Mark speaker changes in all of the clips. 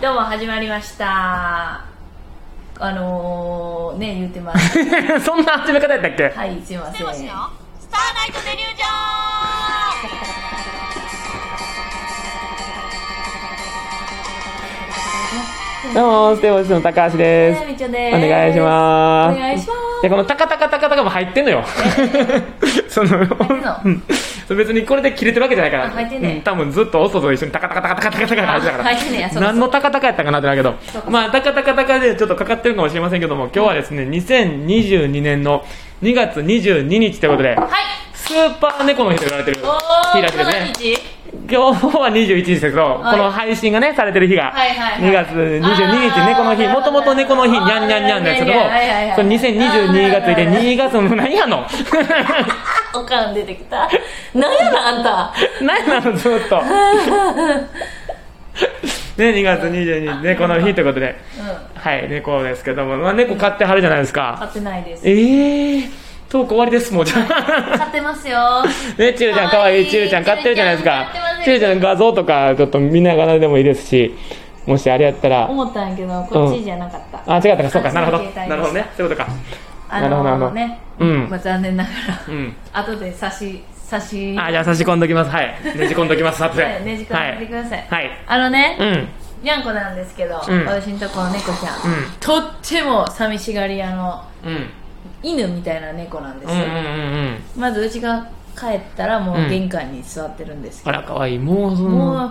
Speaker 1: どうも始まりましたあのー、ね言うてます
Speaker 2: そんな始め方やったっけ
Speaker 1: はいすいません
Speaker 3: もしのスターナイトデリュージョン
Speaker 2: どうも、ステボシの高橋です。
Speaker 1: ねみ
Speaker 2: お
Speaker 1: ちょです
Speaker 2: 願いします。
Speaker 1: お願いしま
Speaker 2: で、このタカタカタカタカも入ってんのよ。その、
Speaker 1: んの
Speaker 2: うんそう別にこれで切れてるわけじゃないから。
Speaker 1: あ入ってんね
Speaker 2: うん多分ずっと音と一緒にタカタカタカタカタカタカ入ってたから。
Speaker 1: あ入ってんねやそうそう
Speaker 2: 何のタカタカやったかなってなるけど
Speaker 1: そうか。
Speaker 2: まあ、タカタカタカでちょっとかかってるかもしれませんけども、今日はですね、2022年の2月22日ということで、
Speaker 1: すはい
Speaker 2: スーパー猫の日と言われてる
Speaker 1: お
Speaker 2: 日
Speaker 1: ー
Speaker 2: らしいですね
Speaker 1: 今。日
Speaker 2: 今日は21日ですけど、
Speaker 1: はい
Speaker 2: この配信がね、されてる日が、
Speaker 1: はいはいはい
Speaker 2: 2月22日、猫の日、
Speaker 1: あー
Speaker 2: もともと猫の日、にゃんにゃんにゃんですけども
Speaker 1: はいはいはい、
Speaker 2: これ2022月で
Speaker 1: あー
Speaker 2: 2月の何やの
Speaker 1: あおかん出てきた 何やなあんた
Speaker 2: 何なの、ずっと。ね、2月22日、猫の日ということで、
Speaker 1: うん
Speaker 2: はい、猫ですけども、まあ、猫飼ってはるじゃないですか。
Speaker 1: 買ってないです
Speaker 2: えー、トーク終わりです、もうじゃあ。
Speaker 1: 買ってますよ
Speaker 2: ね、ちるちゃん、かわいいちるちゃん飼ってるじゃないですか
Speaker 1: 飼ってます。よ
Speaker 2: ちるちゃんの画像とか、ちょっと見ながらでもいいですし、もしあれやったら、
Speaker 1: 思ったんやけどこっちじゃなかった、
Speaker 2: あ、違ったか、そうか、なるほど。
Speaker 1: 私の携帯でした
Speaker 2: なるほどね、そういうことか。
Speaker 1: あ
Speaker 2: なるほどなるほ
Speaker 1: の
Speaker 2: ど
Speaker 1: ね、
Speaker 2: うん
Speaker 1: まあ、残念ながら、
Speaker 2: うん。
Speaker 1: 後で差し差し
Speaker 2: あ、じゃあ差し込んどきま す。はい。ねじ込んどきます、撮
Speaker 1: は
Speaker 2: 影。
Speaker 1: いねじ込んでください
Speaker 2: はい。はい
Speaker 1: あのね、
Speaker 2: うん。
Speaker 1: にゃんこなんですけど、
Speaker 2: うん
Speaker 1: 私んとこの猫ちゃん、
Speaker 2: うん
Speaker 1: とっても寂しがり屋の
Speaker 2: うん。
Speaker 1: 犬みたいな猫なんです
Speaker 2: うんうん
Speaker 1: よ、
Speaker 2: うんうん。
Speaker 1: まずうちが帰ったらも
Speaker 2: う
Speaker 1: うん玄関に座ってるんですけ
Speaker 2: あら、かわいい。もう、そ
Speaker 1: ど、も
Speaker 2: の、
Speaker 1: う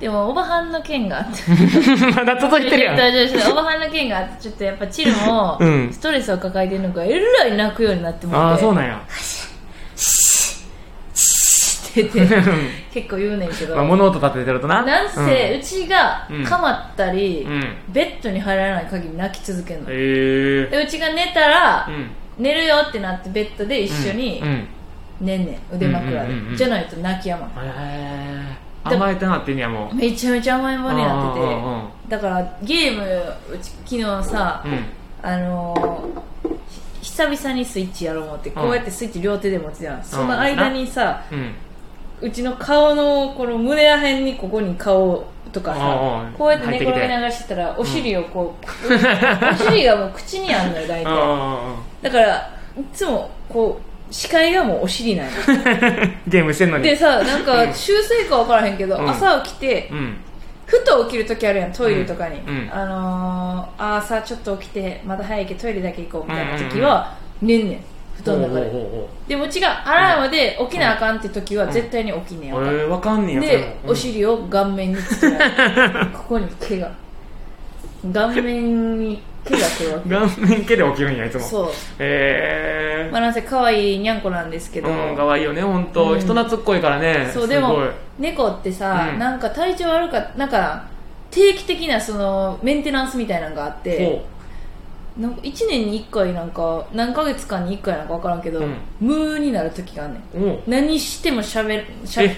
Speaker 1: でもおばはんの件があって
Speaker 2: まだ届いてるやん。
Speaker 1: おばはんの件があってちょっとやっぱチルも
Speaker 2: うん
Speaker 1: ストレスを抱えてるのかえらい泣くようになってもって
Speaker 2: ああ、そうなんや。
Speaker 1: って言って 結構言うねんけど、
Speaker 2: まあ、物音立ててるとな。
Speaker 1: なんせ、うちが
Speaker 2: うん
Speaker 1: かまったり、
Speaker 2: うん。うん。
Speaker 1: ベッドに入らない限り泣き続けるの、
Speaker 2: へえ。
Speaker 1: でうちが寝たら、
Speaker 2: うん。
Speaker 1: 寝るよってなってベッドで一緒に
Speaker 2: うんうん。
Speaker 1: 寝んねん腕枕で、
Speaker 2: うんうんうんうん
Speaker 1: じゃないと泣きやまん
Speaker 2: へー
Speaker 1: で
Speaker 2: 甘えてなってんねや、もう。
Speaker 1: めちゃめちゃ甘えん坊になってて
Speaker 2: うんうんうんうん
Speaker 1: だからゲームうち昨日さ、
Speaker 2: うん。
Speaker 1: あのーひ久々にスイッチやろう思ってこうやってスイッチ両手で持つやん、その間にさ
Speaker 2: うん。
Speaker 1: うちの顔のこの胸らへんにここに顔とか
Speaker 2: うんう
Speaker 1: さ
Speaker 2: ん
Speaker 1: こうやって寝転げながらしてたらお尻をこう、お尻がもう口にあんのよ大
Speaker 2: う
Speaker 1: 体、
Speaker 2: んうんうん
Speaker 1: だからいつもこう視界がもうお尻なんよ
Speaker 2: ゲームしてんのに。
Speaker 1: でさなんか修正か分からへんけど、
Speaker 2: うん
Speaker 1: 朝起きて
Speaker 2: うん。
Speaker 1: ふと起きる時あるやんトイレとかに、
Speaker 2: うんうん
Speaker 1: あのー、あーさちょっと起きてまだ早いけどトイレだけ行こうみたいな時は、寝んねん布団の中で
Speaker 2: おうおうおうおう
Speaker 1: でもうちがアラームで起きなあかんって時は絶対に起きんねんやんか、
Speaker 2: えー、わかんねえやそれ
Speaker 1: で
Speaker 2: も
Speaker 1: お尻を顔面につけられるここに毛が顔面に毛がこう
Speaker 2: 顔面毛で起きるんやいつも
Speaker 1: そう
Speaker 2: え
Speaker 1: まあなんせ可愛いにゃんこなんですけ
Speaker 2: え
Speaker 1: ど、
Speaker 2: ー、うんかわいいよね本当、
Speaker 1: うん
Speaker 2: 人懐っこいからね
Speaker 1: そうでも
Speaker 2: す
Speaker 1: 猫ってさ、
Speaker 2: うん
Speaker 1: なんか体調悪かったなんか定期的なそのメンテナンスみたいなのがあっ
Speaker 2: ごい
Speaker 1: てなんか1年に1回なんか何ヶ月間に1回なんか分からんけど、
Speaker 2: うん
Speaker 1: 無になる時があんねん
Speaker 2: おうおう
Speaker 1: 何してもしゃべるしゃ
Speaker 2: え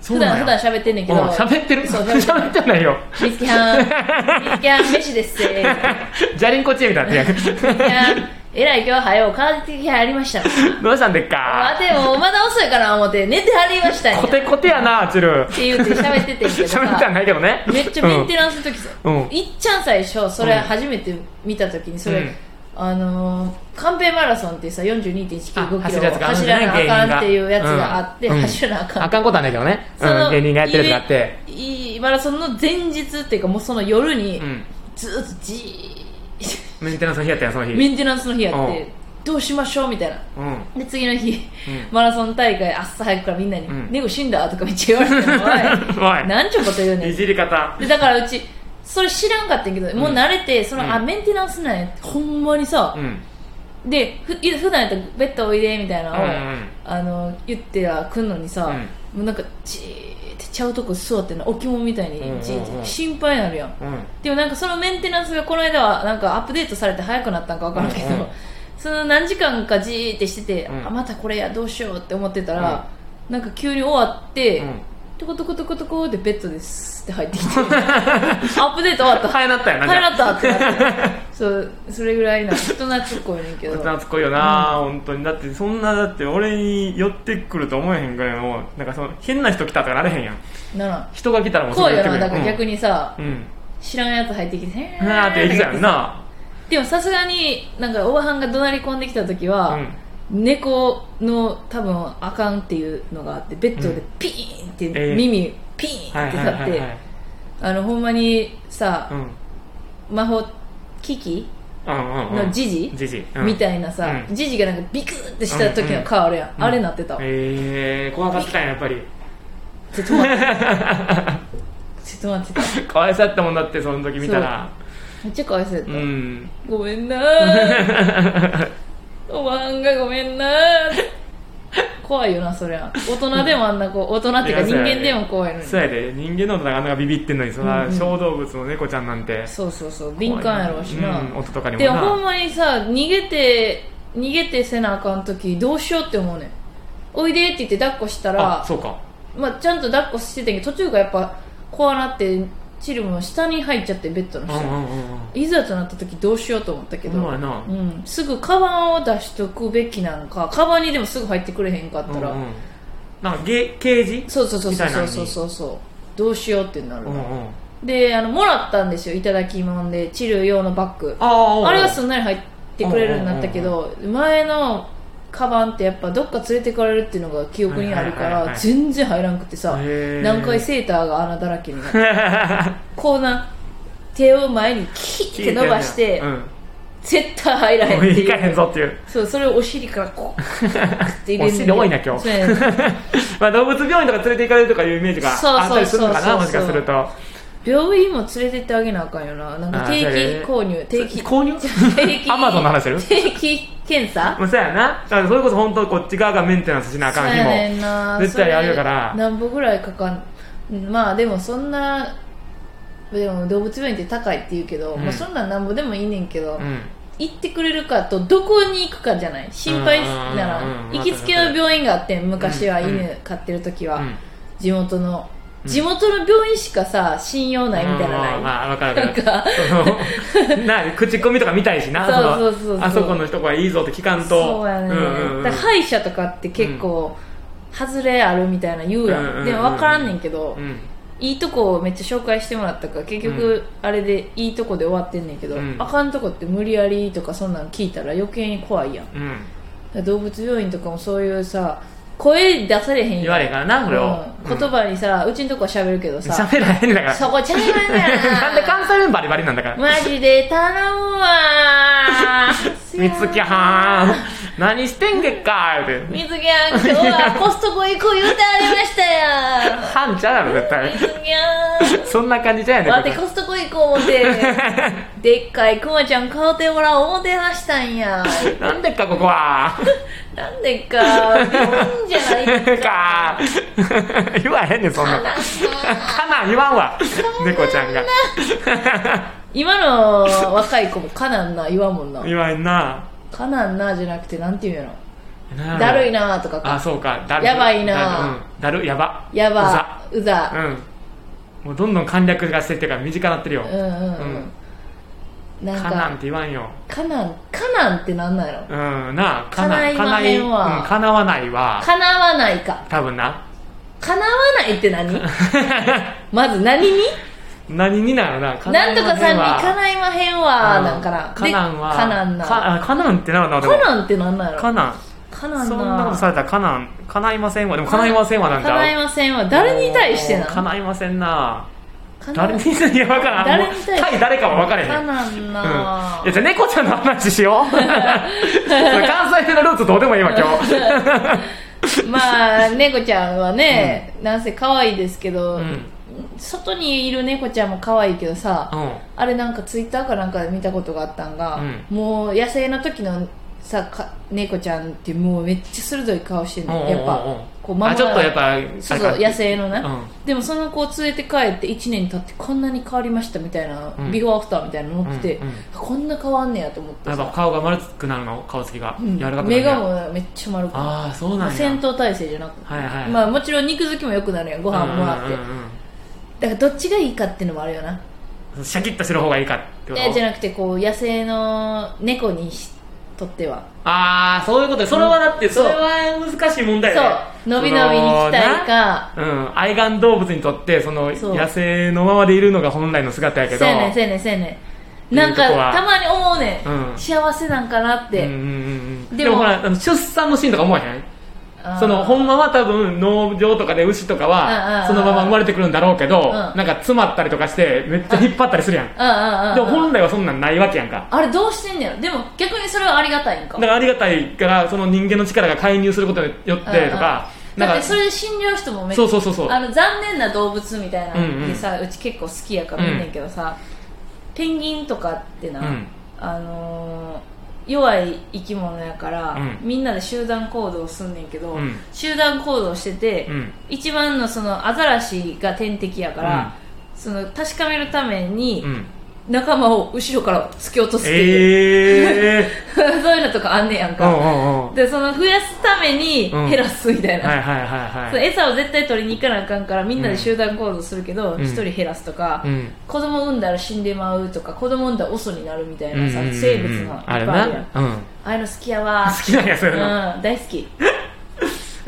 Speaker 2: そう
Speaker 1: 普
Speaker 2: なん
Speaker 1: 段
Speaker 2: や
Speaker 1: 普段喋ってんねんけど
Speaker 2: うん喋ってる
Speaker 1: そう
Speaker 2: 喋ってないよ
Speaker 1: 「ミツキはんミツキはん飯ですせ」「
Speaker 2: じゃりんこチームだって
Speaker 1: ミツキはんえらい今日はよう風邪的にありました」
Speaker 2: どうしたんでっ
Speaker 1: あ
Speaker 2: か
Speaker 1: でもまだ遅いかな思って寝てはりましたんや
Speaker 2: コテコテやなチル
Speaker 1: って言うて喋っててんけどさ
Speaker 2: 喋ってはないけどね
Speaker 1: めっちゃメンテナンスの時さ、
Speaker 2: うんうん
Speaker 1: いっちゃん最初それ初めて見た時にそれ、
Speaker 2: うん
Speaker 1: あのー、寛平マラソンってさ
Speaker 2: あ
Speaker 1: 42.195キ
Speaker 2: 走
Speaker 1: ロ
Speaker 2: るやつがあるん
Speaker 1: 走
Speaker 2: じゃ
Speaker 1: ら
Speaker 2: ない
Speaker 1: なあかんっていうやつがあって、
Speaker 2: 芸人がうん
Speaker 1: 走らなあかん、
Speaker 2: あかんことはないけどね、
Speaker 1: その
Speaker 2: うん、芸人がやってるやつがあって
Speaker 1: いいマラソンの前日っていうかもうその夜に
Speaker 2: うん
Speaker 1: ずーっとじー
Speaker 2: メンテナンスの日やったやんその日
Speaker 1: メンテナンスの日やって、
Speaker 2: うん
Speaker 1: どうしましょうみたいな
Speaker 2: うん
Speaker 1: で次の日、マラソン大会朝早くからみんなに
Speaker 2: う
Speaker 1: 「
Speaker 2: ん
Speaker 1: 猫死んだ?」とかめっちゃ言われて 「お
Speaker 2: お
Speaker 1: い
Speaker 2: い
Speaker 1: なんちゅうこと言うねん
Speaker 2: い」じり方
Speaker 1: でだからうちそれ知らんかったんやけど、もう慣れてその、
Speaker 2: うん
Speaker 1: あメンテナンスなんやほんまにさ、
Speaker 2: うん
Speaker 1: でふ普段やったらベッドおいでみたいなのを、
Speaker 2: うんうん
Speaker 1: あの言ってら来んのにさ、
Speaker 2: うん
Speaker 1: もうなんかじーってちゃうとこ座ってな置物みたいに
Speaker 2: うんうんうん
Speaker 1: じーって心配になるやん、
Speaker 2: うん
Speaker 1: でもなんかそのメンテナンスがこの間はなんかアップデートされて早くなったんか分からんけど、
Speaker 2: うんうん
Speaker 1: その何時間かじーってしてて、
Speaker 2: うん
Speaker 1: あまたこれやどうしようって思ってたら、なんか急に終わって、
Speaker 2: うん
Speaker 1: トコトコトコトコでベッドですって入って きてアップデート終わった
Speaker 2: ハエなったやなじ
Speaker 1: は
Speaker 2: ゃあ
Speaker 1: いなったってな ってそうそれぐらいな人懐っこいねんけど
Speaker 2: 懐っこいよな、本当にだってそんなだって俺に寄ってくると思えへんぐらいのなんかその変な人来たとかなれへんやん
Speaker 1: なら
Speaker 2: 人が来たらもう
Speaker 1: こう
Speaker 2: 寄
Speaker 1: よ
Speaker 2: ってく
Speaker 1: な
Speaker 2: る
Speaker 1: だから逆
Speaker 2: に
Speaker 1: にさ、
Speaker 2: うん、
Speaker 1: 知らんやつ入ってきてへ
Speaker 2: なあって言ってたよな
Speaker 1: でもさすがになんかおばはんが怒鳴り込んできた時は、
Speaker 2: うん
Speaker 1: 猫の多分あかんっていうのがあってベッドでピーンって、
Speaker 2: ええ
Speaker 1: 耳ピー
Speaker 2: は
Speaker 1: ン
Speaker 2: い
Speaker 1: って
Speaker 2: はい
Speaker 1: 立
Speaker 2: は
Speaker 1: っ
Speaker 2: い
Speaker 1: て、
Speaker 2: はい
Speaker 1: あのほんまにさ、
Speaker 2: うん
Speaker 1: 魔法機器
Speaker 2: うんうんう
Speaker 1: の
Speaker 2: ん
Speaker 1: ジジ、
Speaker 2: じじ
Speaker 1: み
Speaker 2: い
Speaker 1: たいなさ、
Speaker 2: うん
Speaker 1: ジジがなんかビクッてした時の顔あるやん、あれなってた、
Speaker 2: えー、怖かったんややっぱり
Speaker 1: ちょっと待ってちょっと待ってた
Speaker 2: かわいそうやったもんだってその時見たら
Speaker 1: めっちゃかわいそうやっ
Speaker 2: う
Speaker 1: た、
Speaker 2: ん
Speaker 1: ごめんなーおばんがごめんなー怖いよなそりゃ大人でもあんなこう大人っていうか
Speaker 2: いやそ
Speaker 1: 人
Speaker 2: うやね
Speaker 1: 間でも怖いのに
Speaker 2: そうやで人間の音があんながビビってんのにそら小動物の猫ちゃんなんて
Speaker 1: そうそうそう敏感やろうしな、
Speaker 2: うん音とかにも
Speaker 1: でもほん
Speaker 2: な
Speaker 1: まにさ逃げて逃げてせなあかん時どうしようって思うねんおいでって言って抱っこした
Speaker 2: あ
Speaker 1: ら
Speaker 2: そうか
Speaker 1: まあ、ちゃんと抱っこしててんけど途中からやっぱ怖なってチルも下に入っちゃってベッドの
Speaker 2: う
Speaker 1: 下
Speaker 2: んう
Speaker 1: に、
Speaker 2: んうんうん
Speaker 1: いざとなった時どうしようと思ったけど、
Speaker 2: ほんまやな
Speaker 1: うん、すぐカバンを出しとくべきなんかカバンにでもすぐ入ってくれへんかったら、
Speaker 2: うんうんなんかゲケージ
Speaker 1: そうそうそうそう
Speaker 2: みたいな
Speaker 1: そ
Speaker 2: の
Speaker 1: う
Speaker 2: に
Speaker 1: そうそうそうどうしようってなる
Speaker 2: う
Speaker 1: の、
Speaker 2: んうん
Speaker 1: であのもらったんですよいただきもんでチル用のバッグ
Speaker 2: ああ
Speaker 1: あれがすんなり入ってくれるようになったけど前のカバンってやっぱどっか連れてかれるっていうのが記憶にあるか
Speaker 2: はいはいはい
Speaker 1: ら
Speaker 2: はい
Speaker 1: 全然入らんくてさ
Speaker 2: へー
Speaker 1: 何回セーターが穴だらけになって こうな手を前にキッて伸ばして
Speaker 2: うん、
Speaker 1: 絶対入らへんっ
Speaker 2: も
Speaker 1: て
Speaker 2: ういか
Speaker 1: い
Speaker 2: へん
Speaker 1: う
Speaker 2: ぞっていう
Speaker 1: そうそれをお尻からこうクッて入れる
Speaker 2: お尻多いな今日
Speaker 1: そうやね
Speaker 2: まあ動物病院とか連れて行かれるとかいうイメージがあったりするのかな
Speaker 1: そう
Speaker 2: も
Speaker 1: そう
Speaker 2: し
Speaker 1: そう
Speaker 2: か
Speaker 1: そう
Speaker 2: すると
Speaker 1: 病院も連れてってあげなあかんよななんか定
Speaker 2: あーそうやね
Speaker 1: 期購入定期
Speaker 2: 購入
Speaker 1: 定期
Speaker 2: アマゾンの話してる
Speaker 1: 定期検査
Speaker 2: もうそうやなだからそれこそ本当こっち側がメンテナンスしなあ
Speaker 1: そ
Speaker 2: か
Speaker 1: うん
Speaker 2: 日
Speaker 1: や
Speaker 2: も
Speaker 1: ねんな
Speaker 2: 絶対あるから
Speaker 1: それ何歩ぐらいかかんまあでもそんなでも動物病院って高いって言うけど、
Speaker 2: うん
Speaker 1: まあ、そんなんなんぼでもいいねんけど、
Speaker 2: うん
Speaker 1: 行ってくれるかとどこに行くかじゃない心配なら
Speaker 2: うんうんうんうん
Speaker 1: 行きつけの病院があってん昔は犬飼ってる時は、
Speaker 2: うん
Speaker 1: 地元の地元の病院しかさ信用ないみたいなのない、
Speaker 2: うんまあわかるわ
Speaker 1: なん
Speaker 2: かる
Speaker 1: か
Speaker 2: その な口コミとか見たいしな
Speaker 1: そうそう
Speaker 2: の
Speaker 1: そうそう
Speaker 2: あそこの人はいいぞって聞かんと
Speaker 1: そうやね、
Speaker 2: んうん
Speaker 1: だから歯医者とかって結構、外れあるみたいな言うやん,、
Speaker 2: うんうんうん
Speaker 1: でも分からんねんけど、
Speaker 2: うん
Speaker 1: いいとこをめっちゃ紹介してもらったから結
Speaker 2: う
Speaker 1: 局あれでいいとこで終わってんねんけど、
Speaker 2: うん
Speaker 1: あかんとこって無理やりとかそんなん聞いたら余計に怖いやんだか
Speaker 2: うん
Speaker 1: ら動物病院とかもそういうさ声出されへんやん
Speaker 2: 言われへんからなこれを
Speaker 1: うん言葉にさ、うちのとこは喋るけど さ
Speaker 2: 喋らへんねんだから
Speaker 1: そこちゃいまんね
Speaker 2: なんで関西弁バリバリなんだから
Speaker 1: マジで頼むわ
Speaker 2: みつきはーん何してんげっかーって
Speaker 1: 水木ゃん今日は コストコ行こう言うてありましたやん
Speaker 2: はんちゃうやろ絶対
Speaker 1: 水木ゃん
Speaker 2: そんな感じじゃや
Speaker 1: わて
Speaker 2: ねん
Speaker 1: コストコ行こう思って でっかいクマちゃん買うてもらおう思てはしたんや
Speaker 2: なんでっかここは
Speaker 1: なんでか病院じゃないんか
Speaker 2: か 言わへんねんそんなかな言わんわ猫ちゃんが
Speaker 1: 今の若い子もかなんな言わんもんな
Speaker 2: 言わへんな
Speaker 1: かなんなじゃなくてなんて言うんや
Speaker 2: な
Speaker 1: ろ
Speaker 2: あ
Speaker 1: だるいなとか
Speaker 2: あ
Speaker 1: か
Speaker 2: そうかだる
Speaker 1: やばいな
Speaker 2: だるうんだるやば
Speaker 1: や
Speaker 2: う
Speaker 1: ば
Speaker 2: ざ
Speaker 1: うざ
Speaker 2: うんもうどんどん簡略化してってから短なってるよ
Speaker 1: うんうんう
Speaker 2: うん
Speaker 1: なん
Speaker 2: かなん
Speaker 1: か
Speaker 2: て言わんよ
Speaker 1: かなんかなんってなんなんやろ
Speaker 2: うんなあ
Speaker 1: 叶いまへんわ
Speaker 2: 叶いうん叶わないわ
Speaker 1: かなわないか
Speaker 2: 多分な
Speaker 1: かなわないって何まず何に
Speaker 2: 何になるな叶
Speaker 1: なん
Speaker 2: い
Speaker 1: と
Speaker 2: ま
Speaker 1: かさ
Speaker 2: へ
Speaker 1: んに
Speaker 2: わ
Speaker 1: かないまへんわなんかな
Speaker 2: カナンは
Speaker 1: でかなんな
Speaker 2: かあカナンってなるなでも
Speaker 1: カナンってなんなんやろ
Speaker 2: カナン
Speaker 1: カナンな
Speaker 2: そんなことされたらカナン叶いませんわでも叶いませんわなんちゃう
Speaker 1: 叶いませんわ誰に対してな
Speaker 2: おー叶いませんな
Speaker 1: かな
Speaker 2: 誰にいや分からん
Speaker 1: 誰に対して
Speaker 2: もう対誰かも分からへん
Speaker 1: かなんな
Speaker 2: うん、いやじゃあ猫ちゃんの話 しようそれ関西弁のルーツどうでもいいわ今日
Speaker 1: まあ猫ちゃんはねなんせ可愛いですけど
Speaker 2: うん
Speaker 1: 外にいる猫ちゃんも可愛いけど
Speaker 2: う
Speaker 1: さ
Speaker 2: ん
Speaker 1: あれなんかツイッターかなんかで見たことがあったんが
Speaker 2: うん
Speaker 1: もう野生の時のさか猫ちゃんってもうめっちゃ鋭い顔してん
Speaker 2: うん
Speaker 1: の
Speaker 2: うんうん
Speaker 1: やっぱこう守ら
Speaker 2: あ
Speaker 1: ない
Speaker 2: ちょっとやっぱあれか
Speaker 1: そうそう野生のね、
Speaker 2: う
Speaker 1: でもその子を連れて帰って1年経ってこんなに変わりましたみたいな、
Speaker 2: うん
Speaker 1: ビフォーアフターみたいなの載ってて、
Speaker 2: うんうん
Speaker 1: こんな変わんねやと思って
Speaker 2: やっぱ顔が丸くなるの顔つきが、
Speaker 1: うん
Speaker 2: 柔らかくなる
Speaker 1: 目がもうめっちゃ丸くなる
Speaker 2: ああそうなんや
Speaker 1: 戦闘態勢じゃなくて、
Speaker 2: はいはい
Speaker 1: まあ、もちろん肉付きも良くなるやんご飯もらって、
Speaker 2: うんうんうん
Speaker 1: だからどっちがいいかっていうのもあるよな
Speaker 2: うんシャキッとしてる方がいいかってこと
Speaker 1: えじゃなくてこう野生の猫にしとっては
Speaker 2: ああそういうことねそれはだってそれは難しい問題
Speaker 1: そ
Speaker 2: だよ
Speaker 1: う伸び伸びに行きたいか
Speaker 2: そのなうん愛玩動物にとってその
Speaker 1: そう
Speaker 2: 野生のままでいるのが本来の姿やけど
Speaker 1: せやねんせやねんせやねんなんか
Speaker 2: っていうとこは
Speaker 1: たまに思うねん、
Speaker 2: うん
Speaker 1: 幸せなんかなっ
Speaker 2: うん
Speaker 1: て、
Speaker 2: うんうんうん
Speaker 1: でも
Speaker 2: でもほらあの出産のシーンとか思わへん
Speaker 1: あー
Speaker 2: そのほんまは多分農場とかで牛とか
Speaker 1: うんうんう
Speaker 2: は
Speaker 1: ん
Speaker 2: そのまま生まれてくるんだろうけ
Speaker 1: う
Speaker 2: ど
Speaker 1: ん
Speaker 2: なんか詰まったりとかしてめっちゃ引っ張ったりするやん
Speaker 1: うんうんうん
Speaker 2: でも本来はそんなんないわけやんか
Speaker 1: あれどうしてんねやろでも逆にそれはありがたいんか
Speaker 2: だからありがたいからその人間の力が介入することによってとか
Speaker 1: うんうん
Speaker 2: な
Speaker 1: だっ
Speaker 2: ん
Speaker 1: て
Speaker 2: か
Speaker 1: それで死んじゃう人もめっちゃ
Speaker 2: そうそうそうそう
Speaker 1: あの残念な動物みたいな
Speaker 2: うんうん
Speaker 1: のでさ、うち結構好きやから見んねんけどさ、ペンギンとかってな、
Speaker 2: うん
Speaker 1: あのー弱い生き物やから、
Speaker 2: うん
Speaker 1: みんなで集団行動すんねんけど、
Speaker 2: うん
Speaker 1: 集団行動してて、
Speaker 2: うん
Speaker 1: 一番のそのアザラシが天敵やから、その確かめるために
Speaker 2: うん
Speaker 1: 仲間を後ろから突き落とすっていう、
Speaker 2: ええ
Speaker 1: そういうのとかあんねやん
Speaker 2: ー、うん
Speaker 1: か、
Speaker 2: うんうん
Speaker 1: でその増やすために
Speaker 2: うん
Speaker 1: 減らすみたいな、
Speaker 2: はいはいはい
Speaker 1: そう
Speaker 2: はい
Speaker 1: 餌を絶対取りに行かなあかんからみんなで集団行動するけど
Speaker 2: うん
Speaker 1: 一、人減らすとか、
Speaker 2: うん
Speaker 1: 子供産んだら死んでまうとか子供産んだらオソになるみたいなさ、
Speaker 2: うんうんうん
Speaker 1: 生物のいっぱ
Speaker 2: あ
Speaker 1: い
Speaker 2: れ
Speaker 1: あ
Speaker 2: な
Speaker 1: るやんあ
Speaker 2: うん
Speaker 1: あいうの好きやわ
Speaker 2: 好きなんやそういうの
Speaker 1: うん、大好き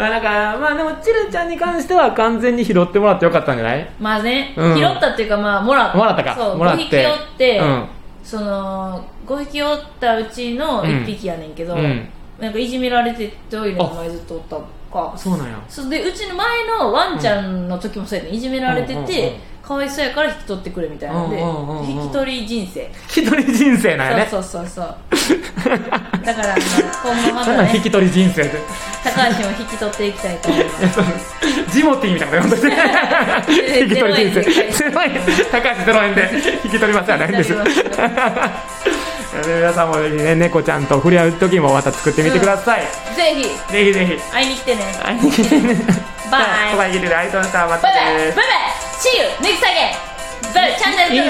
Speaker 2: あなんかまあでもチルちゃんに関しては完全に拾ってもらってよかったんじゃない
Speaker 1: まあね、
Speaker 2: うん
Speaker 1: 拾ったっていうかまあもらった
Speaker 2: もらったか
Speaker 1: そう
Speaker 2: もらっ
Speaker 1: 5
Speaker 2: て
Speaker 1: 匹おって、
Speaker 2: うん
Speaker 1: その5匹おったうちの1匹やねんけど、
Speaker 2: うん
Speaker 1: なんかいじめられてトイレの前ずっとおったか
Speaker 2: そうなんや
Speaker 1: そうでうちの前のワンちゃんの時もそうやね、いじめられて
Speaker 2: うんうんうん
Speaker 1: て、かわいそうやから引き取ってくれみたいなので、
Speaker 2: うんうんうんうん
Speaker 1: 引き取り人生、
Speaker 2: 引き取り人生なんやね
Speaker 1: そうそうそうそうだ からあの今後ま
Speaker 2: そん
Speaker 1: た
Speaker 2: なん引
Speaker 1: ね
Speaker 2: き取り人 生で
Speaker 1: 高橋も引き取っていきたいと思い ます
Speaker 2: ジモティーみたいなこと言われ て引き取り人生
Speaker 1: ゼ
Speaker 2: ゼロ円高橋ゼロ円で引き取りますじゃないんです
Speaker 1: 引
Speaker 2: で
Speaker 1: き 取ります
Speaker 2: 皆さんもぜひね猫ちゃんと触れ合う時もまた作ってみてください、
Speaker 1: ぜひ
Speaker 2: ぜひぜひ
Speaker 1: 会いに来てね
Speaker 2: 会 いに来てね
Speaker 1: バイ
Speaker 2: とはいえありがとうございましたまた
Speaker 1: バイバイバイ
Speaker 2: です
Speaker 1: バイ See you next time again バイバイチャンネル登録